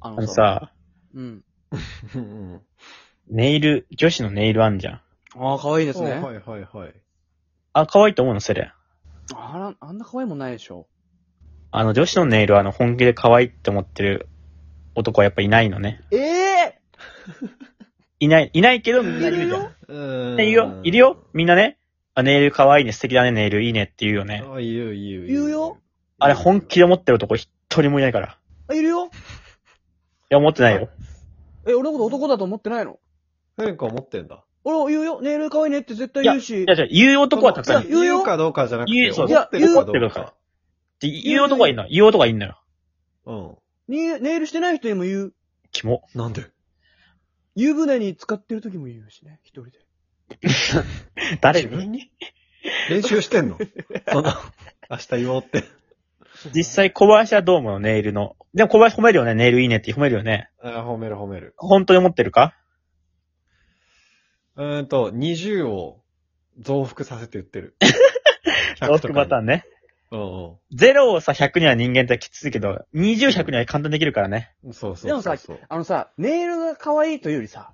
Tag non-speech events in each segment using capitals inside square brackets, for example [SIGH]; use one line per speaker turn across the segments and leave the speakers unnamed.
あ
あの、さ、
うん。
うんうん。
ネイル、女子のネイルあんじゃん。
ああ、可愛いですね。
あはいはいはい。
あ、可愛いと思うの、それ。
あら、あんな可愛いもんないでしょ。
あの、女子のネイルはあの、本気で可愛いって思ってる男はやっぱいないのね。
ええ
いない、いないけどみんな言うじゃん。
うーん。
いるよ、いるよ、みんなね。あ、ネイル可愛いね、素敵だね、ネイルいいねって言うよね。
あ、いるいる
言うよ。
あれ本気で思ってる男一人もいないから。い
あ、いるよ
や、思ってないよ。
え、俺のこと男だと思ってないの
変化持ってんだ。
俺、言うよ。ネイル可愛いねって絶対言うし。
いや、じゃあ言う男はたくさんいる。
言うよ
言うかどうかじゃなくて、
言うそう
思ってるか
い
ど
や言
う
う
か。
言う男はいいの。言う男はいいのよ。
うん。
にネイルしてない人にも言う。
キモ。
なんで
湯船に使ってる時も言うしね、一人で。
誰
自分
に
練習し
[LAUGHS]
てんのその、明日言おうって。
実際小林はどう思うのネイルの。でも小林褒めるよね。ネイルいいねって褒めるよね。
あ褒める褒める。
本当に思ってるか
うーんと、20を増幅させて言っ
[LAUGHS]
てる。
往復パター
ン。
ンね。
うん
0をさ、100には人間ってきついけど、20、100には簡単にできるからね。
うん。そうそうそうそう。
でもさあのさ、ネイルが可愛いというよりさ、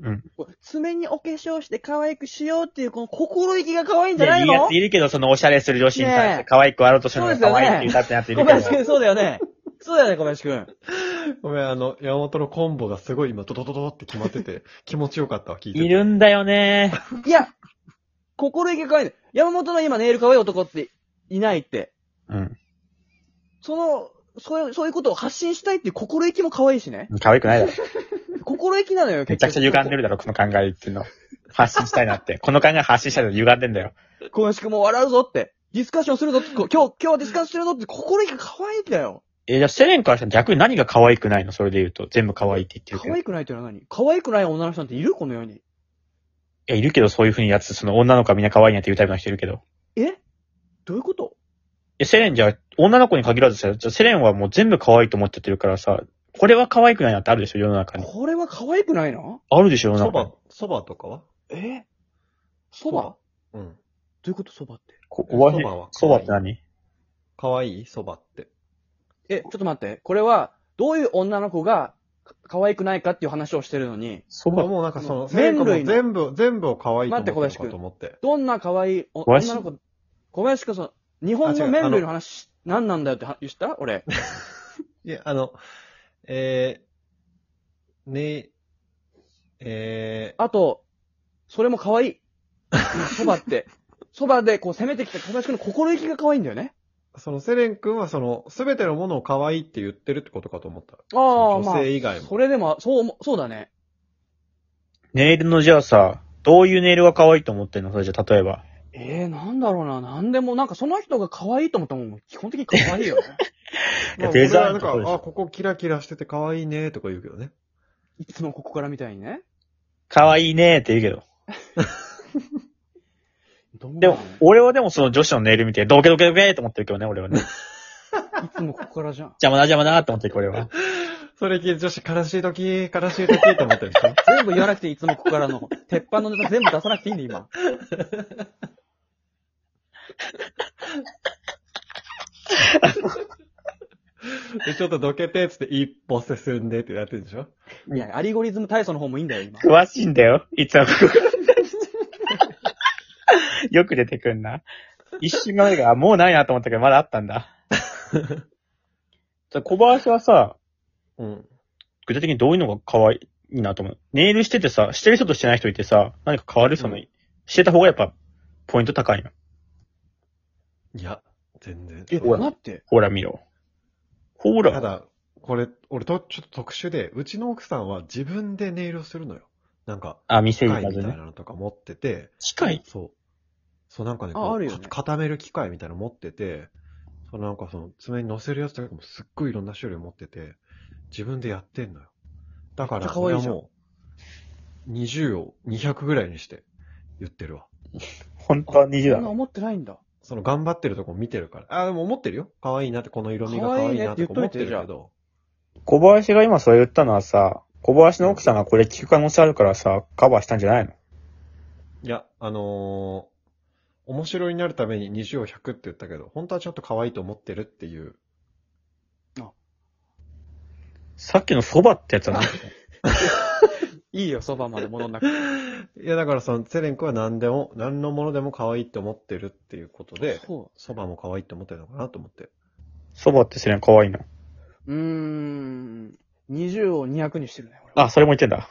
うん。
こう爪にお化粧して可愛くしようっていうこの心意気が可愛いん
い
じゃない
るや
の
ついるけど、そのおしゃれする女子に対し
ねえ
て可愛くあろうとするのが可愛いっていうタイプのやつ
小
いるけど。
林くん、そうだよね。そうだよね、小林くん。
ごめん、あの、山本のコンボがすごい今、ドドドドって決まってて、気持ちよかったわ、聞いてて。
いるんだよね。
いや、心意気が可愛いの。山本の今ネイル可愛い男っていないって。
うん。
その、そういう、そういうことを発信したいっていう心意気も可愛いしね。
可愛くないだろ。
心意気なのよ、
めちゃくちゃ歪んでるだろ、この考えっていうの。発信したいなって。この考え発信したいの歪んでんだよ。
る。小林くんも笑うぞって。ディスカッションするぞって、こう今日、今日はディスカッションするぞって、心意気が可愛いんだよ。
えー、じゃあセレンからしたら逆に何が可愛くないのそれで言うと。全部可愛いって言ってるけ
可
ど。い
愛くないっていうのは何可愛くない女の人なんているこの世に。
や、いるけどそういう風にやつ、その女の子はみんな可愛いなっていうタイプの人いるけど。い
えどういうこと
や、セレンじゃ、女の子に限らずさ、じゃあセレンはもう全部可愛いと思っちゃってるからさ、これは可愛くないなってあるでしょ世の中に。
これは可愛くないな
あるでしょ世の
そ
中に
ば。、そばとかは
えそばど
うん。
ういうことそばって。
こ小林
そ
そば
ばは可愛い
って何
かわいいそばって。
え、ちょっと待って。これは、どういう女の子がか可愛くないかっていう話をしてるのに、
そば。
もうなんかその、
麺類の
セレンコも全部、全部を可愛いと思ってるのかと思って。
どんな可愛いお
小林
女の子、小林くん、その、日本の麺類の話、何なんだよっては言った俺。 [LAUGHS]
いや、あの、えー、ね、え
あと、それも可愛い。そばって。そばでこう攻めてきた小林くんの心意気が可愛いんだよね。
ー、そのセレン君はその、すべてのものを可愛いって言ってるってことかと思った。
ああ、
女
まあ。
性以外も。
それでも、そう思、そうだね。
ネイルのじゃあさ、どういうネイルが可愛いと思ってんのそれじゃあ、例えば。
ええー、なんだろうな。なんでも、なんかその人が可愛いと思ったらもん、基本的に可愛い [LAUGHS] よね。
まあ
デザイン
俺
とか
は
で
なん
し
か、
ょ
あ、ここキラキラしてて可愛いねとか言うけどね。
いつもここからみたいにね。
可愛いねーって言うけど。
どう
でも、俺はでもその女子のネイル見て、ドケドケドケーと思ってるけどね、俺はね。
いつもここからじゃん。
邪魔だ邪魔だーって思ってるけど、俺は。
それ聞いて女子悲しい時、悲しい時って思ってるでしょ
全部言わなくていい、いつもここからの。鉄板のネタ全部出さなくていいんだ、今。
で、ちょっとどけて、つって一歩進んでってやってるでしょ
いや、アリゴリズム体操の方もいいんだよ、今。
詳しいんだよ。いつもここから。よく出てくんな。一瞬前が、あもうないなと思ったけど、まだあったんだ。じゃあ小林はさ、
うん。
具体的にどういうのが可愛いなと思う。ネイルしててさ、してる人としてない人いてさ、何か変わるその、
うん
してた方がやっぱ、ポイント高いの。
いや、全然。
え、
ほら
待って。
ほら見ろ。ほら。
ただ、これ、俺と、ちょっと特殊で、うちの奥さんは自分でネイルをするのよ。なんか、
あ、店
機
行か
械み
ず
たいな
ね。
のとか持ってて。
近い
そう。そう、なんかね、
あ
こう
あるよね
か固める機械みたいなの持ってて、そのなんかその、爪に乗せるやつとかもすっごいいろんな種類持ってて、自分でやってんのよ。だか
めっ
ら、
ちゃ可
こ
愛
れ
い
は
じゃん
もう、20を200ぐらいにして、言ってるわ。
本当は20だ
そんな
ろ。
思ってないんだ。
その頑張ってるとこ見てるから。あ、でも思ってるよ。可愛いなって、この色味が可愛いなって
可愛
思
いねっ言
っててる
っといて
けど。
小林が今それ言ったのはさ、小林の奥さんがこれ聞く可能性あるからさ、カバーしたんじゃないの
いや、あのー面白いになるために20を100って言ったけど、本当はちょっと可愛いと思ってるっていう。
さっきの蕎麦ってやつは何
いいよ、そばまで戻んなくて。
いや、だからその、セレン君は何でも、何のものでも可愛いって思ってるっていうことで、
[LAUGHS] そ
そばも可愛いって思ってるのかなと思って。
蕎麦って知らん、可愛いの。
う。うーん。20を200にしてるね、俺は。
あ、それも言ってんだ。